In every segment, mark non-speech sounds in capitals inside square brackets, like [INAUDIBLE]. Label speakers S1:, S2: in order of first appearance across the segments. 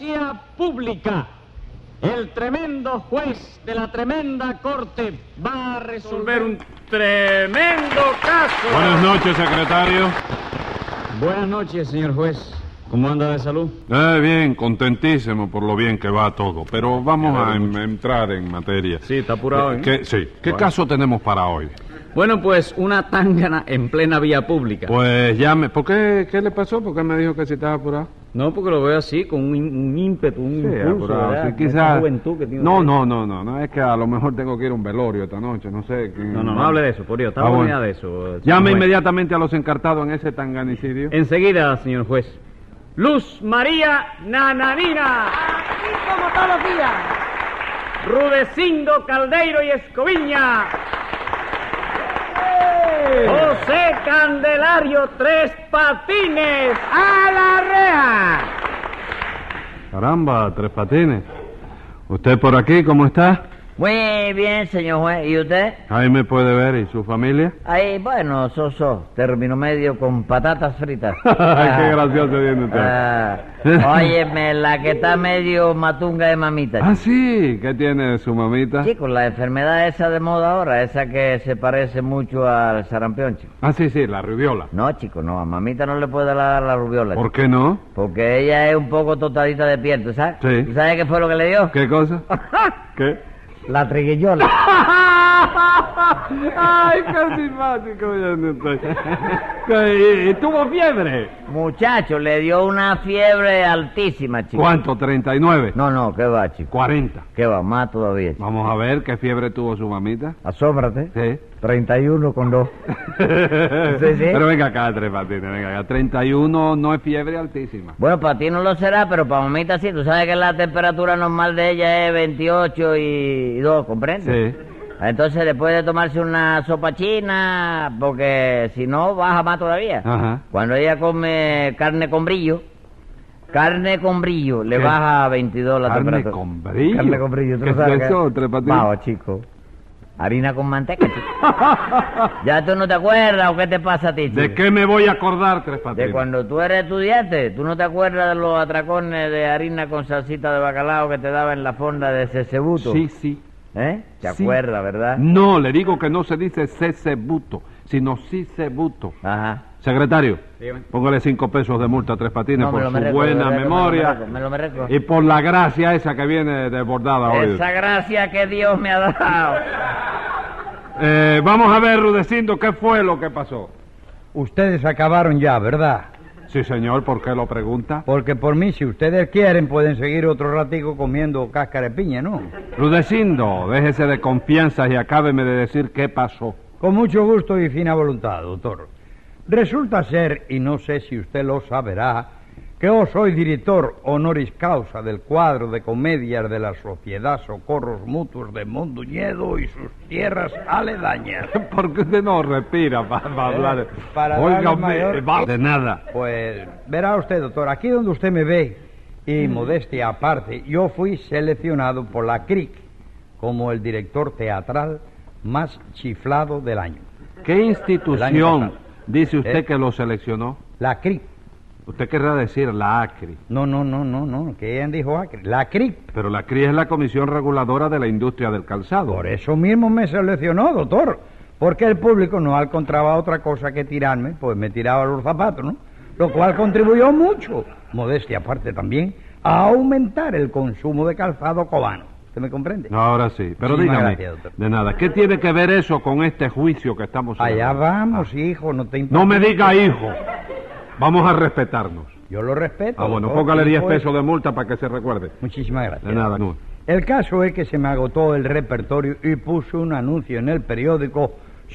S1: vida pública. El tremendo juez de la tremenda corte va a resolver un tremendo caso.
S2: Buenas noches, secretario.
S1: Buenas noches, señor juez. ¿Cómo anda de salud?
S2: Eh, bien, contentísimo por lo bien que va todo. Pero vamos
S1: Me
S2: a
S1: alegro
S2: em- entrar en materia.
S1: Sí, está apurado,
S2: Eh,
S1: ¿eh?
S2: ¿qué- sí. ¿Qué
S1: Bueno.
S2: caso tenemos para hoy?
S1: Bueno, pues una tangana en plena vía pública.
S2: Pues llame. ¿Por qué? ¿Qué le pasó? ¿Por qué me dijo que si estaba apurado?
S1: No, porque lo veo así, con un, un ímpetu, un
S2: Sí,
S1: impulso,
S2: apurado,
S1: ¿verdad?
S2: sí,
S1: Con esa
S2: quizás.
S1: juventud que tiene
S2: no,
S1: usted.
S2: no, no, no, no. Es que a lo mejor tengo que ir a un velorio esta noche. No sé. qué-
S1: No, no, no hable de eso, por Dios. Estamos
S2: Ah, bueno.
S1: de eso. eh, señor
S2: Llame
S1: juez.
S2: inmediatamente a los encartados en ese tanganicidio.
S1: Eh. Enseguida, señor juez. Luz María Nananina,
S3: Así como todos los días.
S1: Rudecindo Caldeiro y Escoviña, José Candelario Tres Patines, a la reja.
S2: Caramba, tres patines. ¿Usted por aquí? ¿Cómo está?
S4: Muy bien, señor juez. ¿Y usted?
S2: Ahí me puede ver. ¿Y su familia?
S4: Ahí, bueno, soso, término medio con patatas
S2: [LAUGHS]
S4: fritas.
S2: Qué gracioso viene usted.
S4: Ah, óyeme, la que está medio matunga de mamita.
S2: Ah, sí. ¿Qué tiene su mamita?
S4: Chico, la enfermedad esa de moda ahora, esa que se parece mucho al sarampión, chico.
S2: Ah, sí, sí, la rubiola.
S4: No, chico, no, a mamita no le puede dar la rubiola.
S2: ¿Por
S4: chico,
S2: qué no?
S4: Porque ella es un poco tostadita de piel, ¿tú sabes?
S2: Sí.
S4: ¿Tú sabes qué fue lo que le dio? [LAUGHS]
S2: ¿Qué cosa? ¿Qué?
S4: La triguillola.
S2: ¡Ay, qué simpático! viene usted. ¿Y, y tuvo fiebre?
S4: Muchacho, le dio una fiebre altísima, chico.
S2: ¿Cuánto? ¿39?
S4: No, no, ¿qué va, chico?
S2: 40.
S4: ¿Qué va? Más todavía. chico.
S2: Vamos a ver qué fiebre tuvo su mamita.
S4: Asómbrate.
S2: Sí.
S4: 31 con 2. Sí, sí.
S2: Pero venga acá, Tres Patines, venga acá. 31 no es fiebre altísima.
S4: Bueno, para ti no lo será, pero para mamita sí. Tú sabes que la temperatura normal de ella es 28 y 2, ¿comprendes?
S2: Sí.
S4: Entonces, después de tomarse una sopa china, porque si no, baja más todavía.
S2: Ajá.
S4: Cuando ella come carne con brillo, carne con brillo, le
S2: ¿Qué?
S4: baja a 22 la
S2: Carne
S4: temperatura.
S2: con brillo.
S4: Carne con brillo, tú
S2: ¿Qué
S4: no sabes.
S2: es eso, Tres Patines?
S4: Vamos, chico. Harina con manteca, chico.
S2: [LAUGHS]
S4: ¿Ya tú no te acuerdas o qué te pasa a ti, chico?
S2: ¿De qué me voy a acordar, Tres Patines?
S4: De cuando tú eres estudiante, ¿tú no te acuerdas de los atracones de harina con salsita de bacalao que te daba en la fonda de Cesebuto?
S2: Sí, sí.
S4: ¿Eh? ¿Te
S2: Sí.
S4: acuerdas, verdad?
S2: No, le digo que no se dice cesebuto, sino cisebuto.
S4: Ajá.
S2: Secretario,
S1: Dígame.
S2: póngale cinco pesos de multa a Tres Patines
S4: No, me
S2: por
S4: lo
S2: su
S4: merezco,
S2: buena
S4: me lo merezco,
S2: memoria
S4: me lo merezco, me lo merezco.
S2: y por la gracia esa que viene desbordada hoy.
S4: Esa gracia que Dios me ha dado.
S2: Eh, vamos a ver, Rudecindo, ¿qué fue lo que pasó?
S5: Ustedes acabaron ya, ¿verdad?
S2: Sí, señor, ¿por qué lo pregunta?
S5: Porque por mí, si ustedes quieren, pueden seguir otro ratico comiendo cáscara de piña, ¿no?
S2: Rudecindo, déjese de confianzas y acábeme de decir qué pasó. [LAUGHS]
S5: Con mucho gusto y fina voluntad, doctor. Resulta ser, y no sé si usted lo saberá, que yo soy director honoris causa del cuadro de comedias de la Sociedad Socorros Mutuos de Monduñedo y sus tierras aledañas.
S2: ¿Por qué usted no respira pa- para hablar?
S5: Eh, para darle
S2: Oiga,
S5: mayor-
S2: me- va- de nada.
S5: Pues verá usted, doctor, aquí donde usted me ve, y modestia aparte, yo fui seleccionado por la CRIC como el director teatral más chiflado del año.
S2: ¿Qué
S5: El año
S2: institución
S5: pasado.
S2: dice usted
S5: Eh.
S2: que lo seleccionó?
S5: La CRIC.
S2: Usted querrá decir la ACRI,
S5: No, no, no, no, no, que ella dijo acre. La CRIC.
S2: pero la ACRI es la Comisión Reguladora de la Industria del Calzado.
S5: Por e- eso mismo me seleccionó, doctor. Porque el público no encontraba otra cosa que tirarme, pues me tiraba los zapatos, ¿no? Lo cual contribuyó mucho, modestia aparte también, a aumentar el consumo de calzado cubano. ¿Usted me comprende?
S2: No, ahora sí, pero
S5: Muchísimas
S2: dígame,
S5: gracias, doctor.
S2: de nada, ¿qué tiene que ver eso con este juicio que estamos
S5: Allá
S2: celebrando?
S5: vamos, hijo, no te importa.
S2: Ah. No me diga hijo, vamos a respetarnos.
S5: Yo lo respeto.
S2: Ah, bueno,
S5: doctor,
S2: póngale 10
S5: hijo es-
S2: pesos de multa para que se recuerde.
S5: Muchísimas gracias.
S2: De nada, no.
S5: El caso es que se me agotó el repertorio y puse un anuncio en el periódico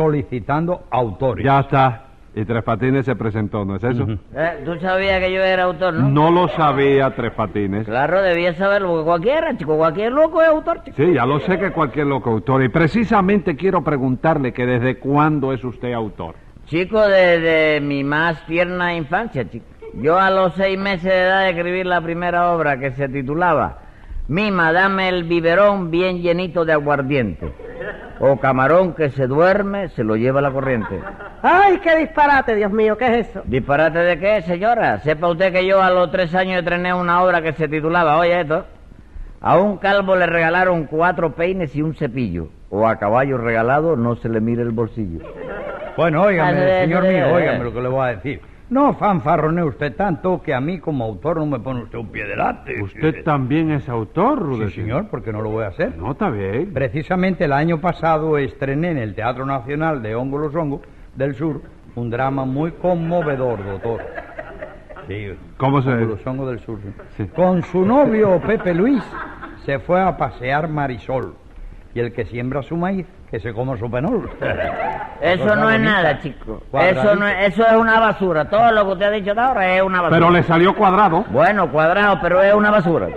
S5: solicitando autores.
S2: Ya está, y Tres Patines se presentó, ¿no es eso?
S4: Eh, ¿Tú sabías que yo era autor, no?
S2: No lo sabía Tres Patines.
S4: Claro, debía saberlo, porque cualquiera, chico, cualquier loco es autor, chico.
S2: Sí, ya lo sé que cualquier loco autor. Y precisamente quiero preguntarle que desde cuándo es usted autor.
S4: Chico, desde mi más tierna infancia, chico. Yo a los seis meses de edad escribí la primera obra que se titulaba Mima, dame el biberón bien llenito de aguardiente. O camarón que se duerme, se lo lleva la corriente.
S3: ¡Ay, qué disparate, Dios mío! ¿Qué es eso?
S4: ¿Disparate de qué, señora? Sepa usted que yo a los tres años estrené una obra que se titulaba, oye esto, a un calvo le regalaron cuatro peines y un cepillo, o a caballo regalado no se le mira el bolsillo.
S5: Bueno,
S4: Ah,
S5: óigame,
S4: sí,
S5: señor
S4: sí, sí.
S5: mío, óigame lo que le voy a decir. No fanfarronee usted tanto que a mí como autor no me pone usted un pie delante. Eh,
S2: Usted también es autor,
S5: Sí,
S2: Rudecindo.
S5: señor, porque no lo voy a hacer.
S2: No, está bien.
S5: Precisamente el año pasado estrené en el Teatro Nacional de Hongo los Hongos del Sur un drama muy conmovedor, doctor. Sí,
S2: ¿Cómo se-
S5: Hongo los Hongos del Sur. sí.
S2: Sí.
S5: Con su novio Pepe Luis se fue a pasear Marisol. Y el que siembra su maíz, que se coma su penol.
S4: Eso
S5: Cosa
S4: no es
S5: bonita.
S4: nada, chico.
S5: Cuadradito.
S4: Eso, no es, eso es una basura. Todo lo que usted ha dicho hasta ahora es una basura.
S2: Pero le salió cuadrado.
S4: Bueno, cuadrado, pero es una basura.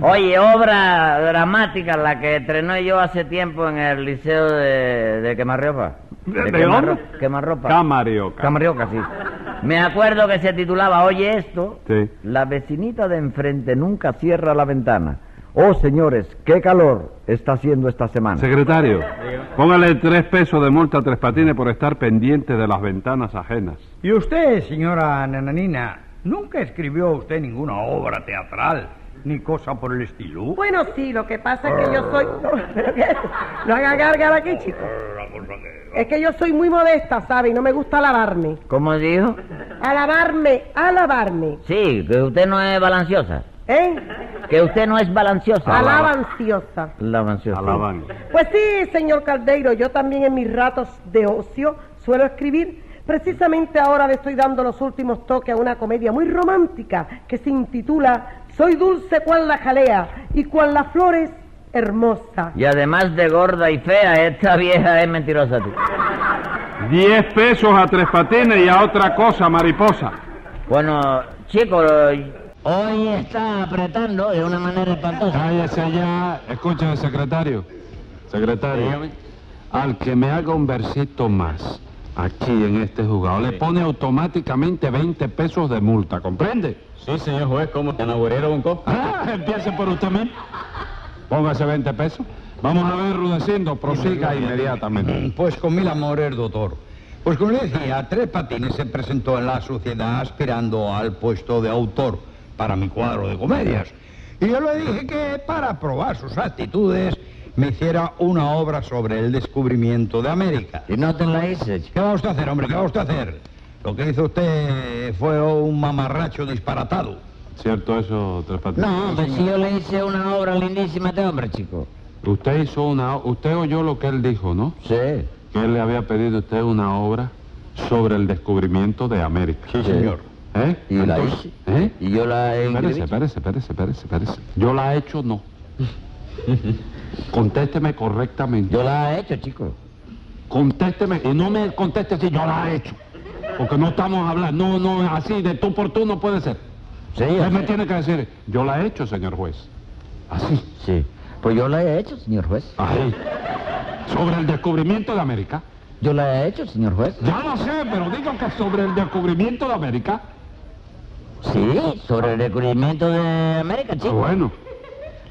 S4: Oye, obra dramática la que estrené yo hace tiempo en el liceo de, de Quemarropa.
S2: ¿De- de
S4: Quemarro-
S2: dónde?
S4: Quemarropa.
S2: Camarioca.
S4: Camarioca, sí. Me acuerdo que se titulaba, oye esto,
S2: Sí.
S4: la vecinita de enfrente nunca cierra la ventana. Oh, señores, qué calor está haciendo esta semana.
S2: Secretario, póngale tres pesos de multa a Tres Patines por estar pendiente de las ventanas ajenas.
S5: Y usted, señora Nananina, nunca escribió usted ninguna obra teatral ni cosa por el estilo.
S3: Bueno, sí, lo que pasa es que yo [LAUGHS] soy... ¿Pero qué? No haga gargar aquí, chico. Es que yo soy muy modesta, ¿sabe? Y no me gusta alabarme.
S4: ¿Cómo dijo?
S3: Alabarme, alabarme.
S4: Sí, que usted no es balanciosa.
S3: ¿Eh?
S4: Que usted no es balanciosa.
S3: Alabanciosa.
S4: Balanciosa.
S2: Alaban.
S3: Pues sí, señor Caldeiro, yo también en mis ratos de ocio suelo escribir. Precisamente ahora le estoy dando los últimos toques a una comedia muy romántica que se intitula Soy dulce cual la jalea y cual las flores hermosa.
S4: Y además de gorda y fea, esta [LAUGHS] vieja es mentirosa. tú.
S2: Diez pesos a Tres Patines y a otra cosa, mariposa.
S4: Bueno, chicos, hoy está apretando de una manera espantosa.
S6: Cállese ya. Escúchame, secretario. Secretario. Al que me haga un versito más aquí en este juzgado, le pone automáticamente 20 pesos de multa, ¿comprende?
S1: Sí, señor juez, ¿cómo? ¿Tan aburrido un copo?
S6: Ah, empiece por usted mismo. Póngase 20 pesos. Vamos a ver, Rudecindo, prosiga inmediatamente.
S5: Pues con mil amores, doctor. Pues como le decía, Tres Patines se presentó en la sociedad aspirando al puesto de autor para mi cuadro de comedias. Y yo le dije que para probar sus actitudes me hiciera una obra sobre el descubrimiento de América.
S4: Y no te la hice, chico.
S5: ¿Qué va usted a hacer, hombre? ¿Qué va usted a hacer? Lo que hizo usted fue un mamarracho disparatado.
S6: ¿Cierto eso, Tres Patines?
S4: No, pues si yo le hice una obra lindísima a este hombre, chico.
S6: Usted hizo una... Usted oyó lo que él dijo, ¿no?
S4: Sí.
S6: Que él le había pedido a usted una obra sobre el descubrimiento de América.
S4: Sí, señor.
S6: ¿Eh?
S4: Y la
S6: Entonces,
S4: hice.
S6: ¿Eh?
S4: Y yo la
S6: Espérese,
S4: inscribí.
S6: espérese, espérese, espérese, espérese. Yo la he hecho,
S4: [LAUGHS]
S6: no. Contésteme correctamente.
S4: Yo la he hecho, chico.
S6: Contésteme y no me conteste si yo la he hecho. Porque no estamos hablando, no, no, así de tú por tú no puede ser.
S4: Sí,
S6: Usted me
S4: así-
S6: tiene que decir, yo la he hecho, señor juez. Así,
S4: Ah, sí. Pues yo la he hecho, señor juez.
S6: así. Sobre el descubrimiento de América.
S4: Yo la he hecho, señor juez.
S6: Ya lo sé, pero digo que sobre el descubrimiento de América.
S4: Sí, sobre el descubrimiento de América,
S6: Ah,
S4: chico.
S6: Bueno,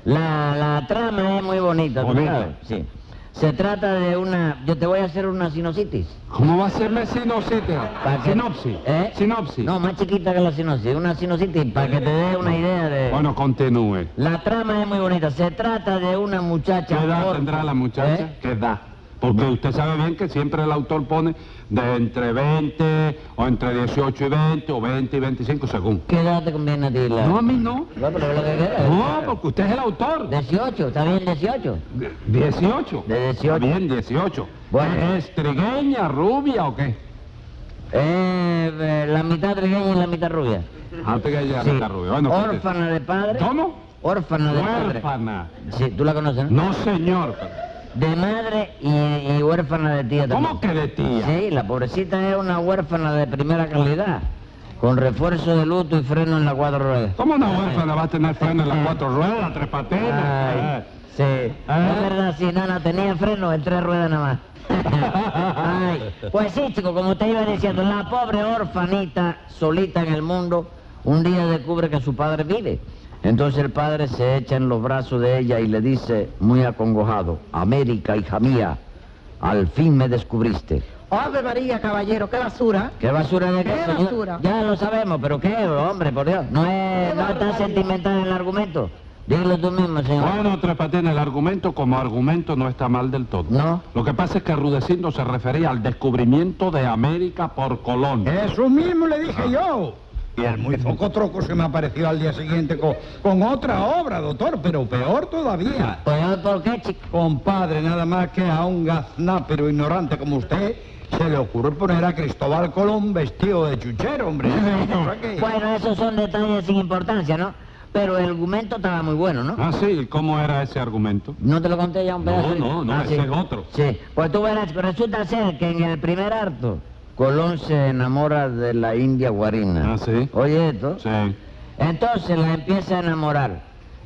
S4: La, la trama es muy bonita, ¿tú
S6: Bonita.
S4: sabes? Sí. Se trata de una... Yo te voy a hacer una sinopsis.
S6: ¿cómo va a serme sinopsis?
S4: para que-
S6: Sinopsis.
S4: ¿Eh?
S6: Sinopsis.
S4: No, más chiquita que la sinopsis. Una sinopsis para que te dé una idea de...
S6: Bueno, continúe.
S4: La trama es muy bonita. Se trata de una muchacha...
S6: ¿Qué edad
S4: orfa,
S6: tendrá la muchacha?
S4: ¿eh?
S6: ¿Qué edad? Porque usted sabe bien que siempre el autor pone de entre 20 o entre 18 y 20 o 20 y 25 según.
S4: ¿Qué edad te conviene a ti? La...
S6: No, a mí no.
S4: No, pero lo que
S5: Eh,
S4: quieras.
S6: No, porque usted es el autor.
S4: 18, está bien 18.
S6: De- 18.
S4: De 18.
S6: Está Bien, 18.
S4: Bueno.
S6: ¿Es trigueña, rubia o qué?
S4: Eh, eh, la mitad trigueña y la mitad rubia.
S6: Ah, trigueña,
S4: Sí.
S6: está rubia. Bueno, conteste.
S4: Órfana de padre.
S6: ¿Cómo?
S4: Órfana de padre.
S6: Huérfana.
S4: Sí, tú la conoces, ¿no?
S6: No, señor.
S4: De madre y, y huérfana de tía también.
S6: ¿Cómo que de tía?
S4: Sí, la pobrecita es una huérfana de primera calidad, con refuerzo de luto y freno en la cuatro ruedas.
S6: ¿Cómo una huérfana va a tener freno en las cuatro ruedas, tres patines?
S4: Ay,
S6: Ah.
S4: sí. Es verdad, sí, nana, tenía freno en tres ruedas nada más. [LAUGHS] Ay, pues sí, chico, como te iba diciendo, la pobre orfanita, solita en el mundo, un día descubre que su padre vive. Entonces el padre se echa en los brazos de ella y le dice, muy acongojado, América, hija mía, al fin me descubriste.
S7: Ave María, caballero, qué basura.
S4: ¿Qué basura de qué,
S7: ¿Qué
S4: señor?
S7: basura?
S4: Ya lo sabemos, pero qué, hombre, por Dios. No es,
S7: Qué
S4: no está
S7: barbaridad.
S4: sentimental el argumento. Dilo tú mismo, señor.
S6: Bueno, Tres Patines, el argumento como argumento no está mal del todo.
S4: No.
S6: Lo que pasa es que Rudecindo se refería al descubrimiento de América por Colón.
S5: Eso mismo le dije yo.
S6: Ah,
S5: Y el muy poco troco se me apareció al día siguiente con, con otra obra, doctor, pero peor todavía.
S4: Pues ¿por qué, chico?
S5: Compadre, nada más que a un gaznápero ignorante como usted se le ocurre poner a Cristóbal Colón vestido de chuchero, hombre. Cosa
S4: [LAUGHS]
S5: que-
S4: Bueno, esos son detalles sin importancia, ¿no? Pero el argumento estaba muy bueno, ¿no?
S6: Ah, sí, ¿y cómo era ese argumento?
S4: ¿No te lo conté ya un
S6: No,
S4: pedazo?
S6: no, no, ese es otro.
S4: Sí, pues tú verás, pero resulta ser que en el primer harto, Colón se enamora de la india guarina.
S6: Ah, sí.
S4: Oye esto.
S6: Sí.
S4: Entonces la empieza a enamorar,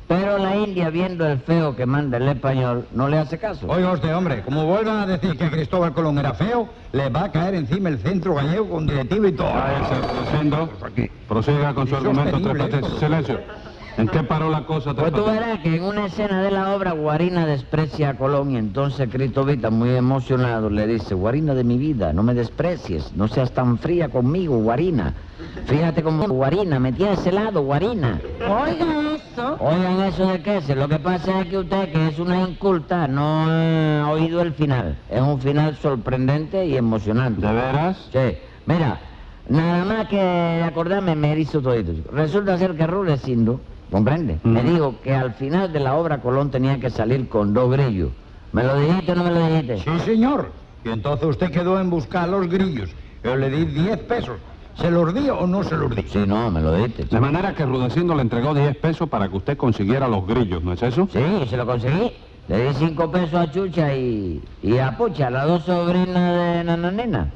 S4: pero la india, viendo el feo que manda el español, no le hace caso.
S5: Oiga usted, hombre, como vuelvan a decir que Cristóbal Colón era feo, le va a caer encima el centro gallego con directivo y todo.
S6: Ah, ese Rudecindo. Prosiga con su
S5: Es
S6: argumento, Tres
S5: sostenible,
S6: Patines.
S5: ¿eh?
S6: Silencio. ¿En qué paró la cosa, Tres
S4: Pues tú
S6: Patines?
S4: verás que en una escena de la obra Guarina desprecia a Colón y entonces Cristovita, muy emocionado, le dice, Guarina de mi vida, no me desprecies, no seas tan fría conmigo, Guarina. Fíjate cómo Guarina, me tienes helado, Guarina.
S7: Oiga eso.
S4: Oigan eso de qué se, lo que pasa es que usted, que es una inculta, no ha oído el final. Es un final sorprendente y emocionante.
S6: ¿De veras?
S4: Sí, mira, nada más que acordarme me hizo todito. chico. Resulta ser que Rudecindo, ¿comprende? Me dijo que al final de la obra Colón tenía que salir con dos grillos. ¿Me lo dijiste o no me lo dijiste?
S5: Sí, señor. Y entonces usted quedó en buscar los grillos. Yo le di 10 pesos. ¿Se los di o no se los di?
S4: Sí, no, me lo dijiste.
S6: De
S4: chico.
S6: manera que Rudecindo le entregó 10 pesos para que usted consiguiera los grillos, ¿no es eso?
S4: Sí, se lo conseguí. Le di cinco pesos a Chucha y, y a Pucha, las dos sobrinas de Nananina,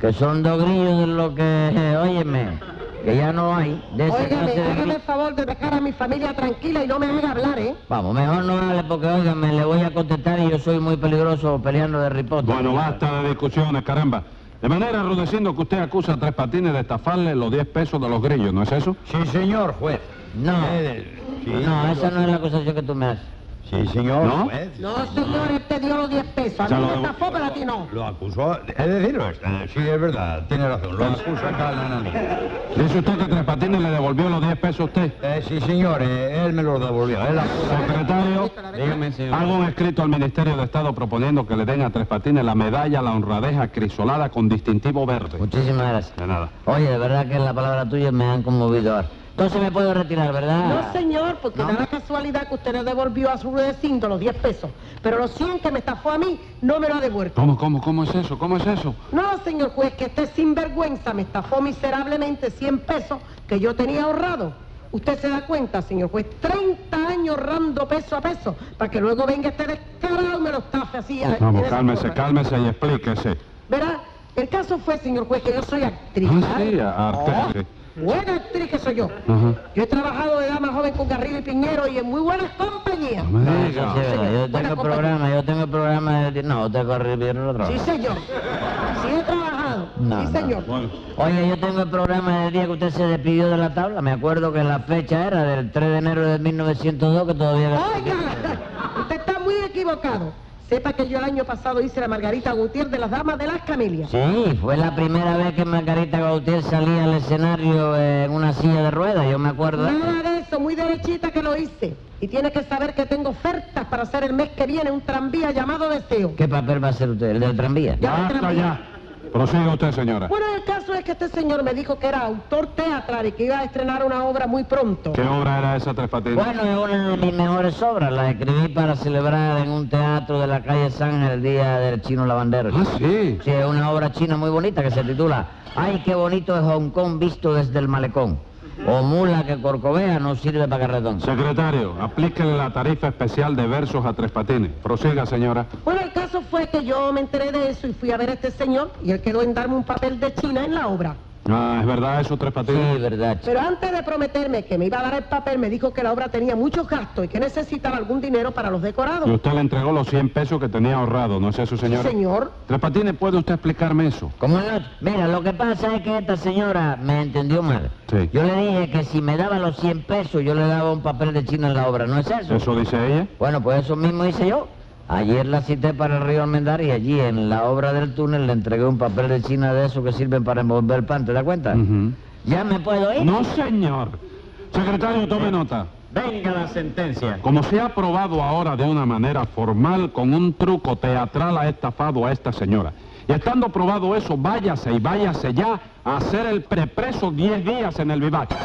S4: que son dos grillos de lo que, [LAUGHS] óyeme, que ya no hay. De esa
S7: Óigame,
S4: clase de
S7: hágame
S4: grillos.
S7: el favor de dejar a mi familia tranquila y no me haga hablar, ¿eh?
S4: Vamos, mejor no hable porque, óigame, le voy a contestar y yo soy muy peligroso peleando de riposte.
S6: Bueno, basta de discusiones, caramba. De manera, Rudecindo, que usted acusa a Tres Patines de estafarle los 10 pesos de los grillos, ¿no es eso?
S5: Sí, señor, juez.
S4: No.
S5: Eh, sí,
S4: No, esa no es la acusación que tú me haces.
S5: Sí, señor,
S6: ¿No?
S5: juez.
S7: No, señor, este dio los 10 pesos. A
S6: Ya
S7: mí
S6: lo-
S7: me estafó, pero a ti no.
S5: Lo acusó, es decirlo, está- sí, es verdad, tiene razón, lo acusa acá la nananina.
S6: Dice usted que Tres Patines le devolvió los 10 pesos a usted.
S5: Eh, sí, señor, eh, él me los devolvió, él acusa.
S6: Secretario,
S8: Dígame, señor.
S6: hago un escrito al Ministerio de Estado proponiendo que le den a Tres Patines la medalla a la honradez acrisolada con distintivo verde.
S4: Muchísimas gracias.
S6: De nada.
S4: Oye, de verdad que la palabra tuya me han conmovido ahora. Entonces me puedo retirar, ¿verdad?
S6: Ah.
S7: No, señor, porque da la casualidad que usted le devolvió a su redecinto los 10 pesos. Pero los 100 que me estafó a mí no me lo ha devuelto.
S6: ¿Cómo, cómo, cómo es eso? ¿Cómo es eso?
S7: No, señor juez, que este sinvergüenza me estafó miserablemente 100 pesos que yo tenía ahorrado. Usted se da cuenta, señor juez, 30 años ahorrando peso a peso para que luego venga este descarado y me lo estafe así. a- en
S6: Vamos,
S7: esa
S6: cálmese,
S7: forma.
S6: cálmese y explíquese.
S7: Verá, el caso fue, señor juez, que yo soy actriz.
S6: Ah,
S7: ¿vale?
S6: sí, a-
S5: Oh.
S6: arte.
S7: Buena actriz que soy yo.
S6: Ajá.
S7: Yo he trabajado de dama joven con Garrido y Piñero y en muy buenas compañías.
S6: No me
S4: No,
S6: diga.
S4: eso sí, ¿verdad?
S7: Señor,
S4: Yo
S7: buena
S4: tengo
S7: compañía.
S4: programa, yo tengo programa de... No, te corrí bien otro.
S7: Sí, señor. Sí he trabajado.
S4: No,
S7: sí,
S4: no.
S7: señor.
S4: Oye, yo tengo el programa del día que usted se despidió de la tabla. Me acuerdo que la fecha era del 3 de enero de 1902, que todavía...
S7: Oiga, usted está muy equivocado. Sepa que yo el año pasado hice la Margarita Gutiérrez de las Damas de las Camelias.
S4: Sí, fue la primera vez que Margarita Gautier salía al escenario eh, en una silla de ruedas, yo me acuerdo. de-
S7: Nada de eso, muy derechita que lo hice. Y tiene que saber que tengo ofertas para hacer el mes que viene un tranvía llamado Deseo.
S4: ¿Qué papel va a hacer usted? ¿El del tranvía?
S7: Ya,
S6: Basta
S7: tranvía.
S6: Ah, ya. Prosiga usted, señora.
S7: Bueno, el caso es que este señor me dijo que era autor teatral y que iba a estrenar una obra muy pronto.
S6: ¿Qué obra era esa, Tres Patines?
S4: Bueno, es una de mis mejores obras. La escribí para celebrar en un teatro de la calle San el día del chino lavandero.
S6: Ah, sí.
S4: Sí, es una obra china muy bonita que se titula Ay, qué bonito es Hong Kong visto desde el malecón. O mula que corcovea no sirve para carretón.
S6: Secretario, aplíquele la tarifa especial de versos a Tres Patines. Prosiga, señora.
S7: Bueno, el caso fue que yo me enteré de eso y fui a ver a este señor y él quedó en darme un papel de China en la obra.
S6: Ah, ¿es verdad eso, Tres
S4: Sí,
S6: Patines?
S4: verdad. chico.
S7: Pero antes de prometerme que me iba a dar el papel, me dijo que la obra tenía muchos gastos y que necesitaba algún dinero para los decorados.
S6: Y usted le entregó los 100 pesos que tenía ahorrado, ¿no es eso,
S7: Sí,
S6: señora?
S7: señor.
S6: Tres Patines, ¿puede usted explicarme eso?
S4: Como no? Mira, lo que pasa es que esta señora me entendió mal.
S6: Sí.
S4: Yo le dije que si me daba los 100 pesos, yo le daba un papel de chino en la obra. ¿No es eso?
S6: ¿Eso dice ella?
S4: Bueno, pues eso mismo hice yo. Ayer la cité para el río Almendar y allí en la obra del túnel le entregué un papel de China de esos que sirven para envolver pan, ¿te das cuenta?
S6: Ujú.
S4: ¿Ya me puedo
S1: ¿eh?
S4: ir?
S6: No, señor. Secretario, tome nota.
S1: Venga la sentencia.
S6: Como se ha probado ahora de una manera formal, con un truco teatral ha estafado a esta señora. Y estando probado eso, váyase y váyase ya a hacer el prepreso 10 días en el vivacho.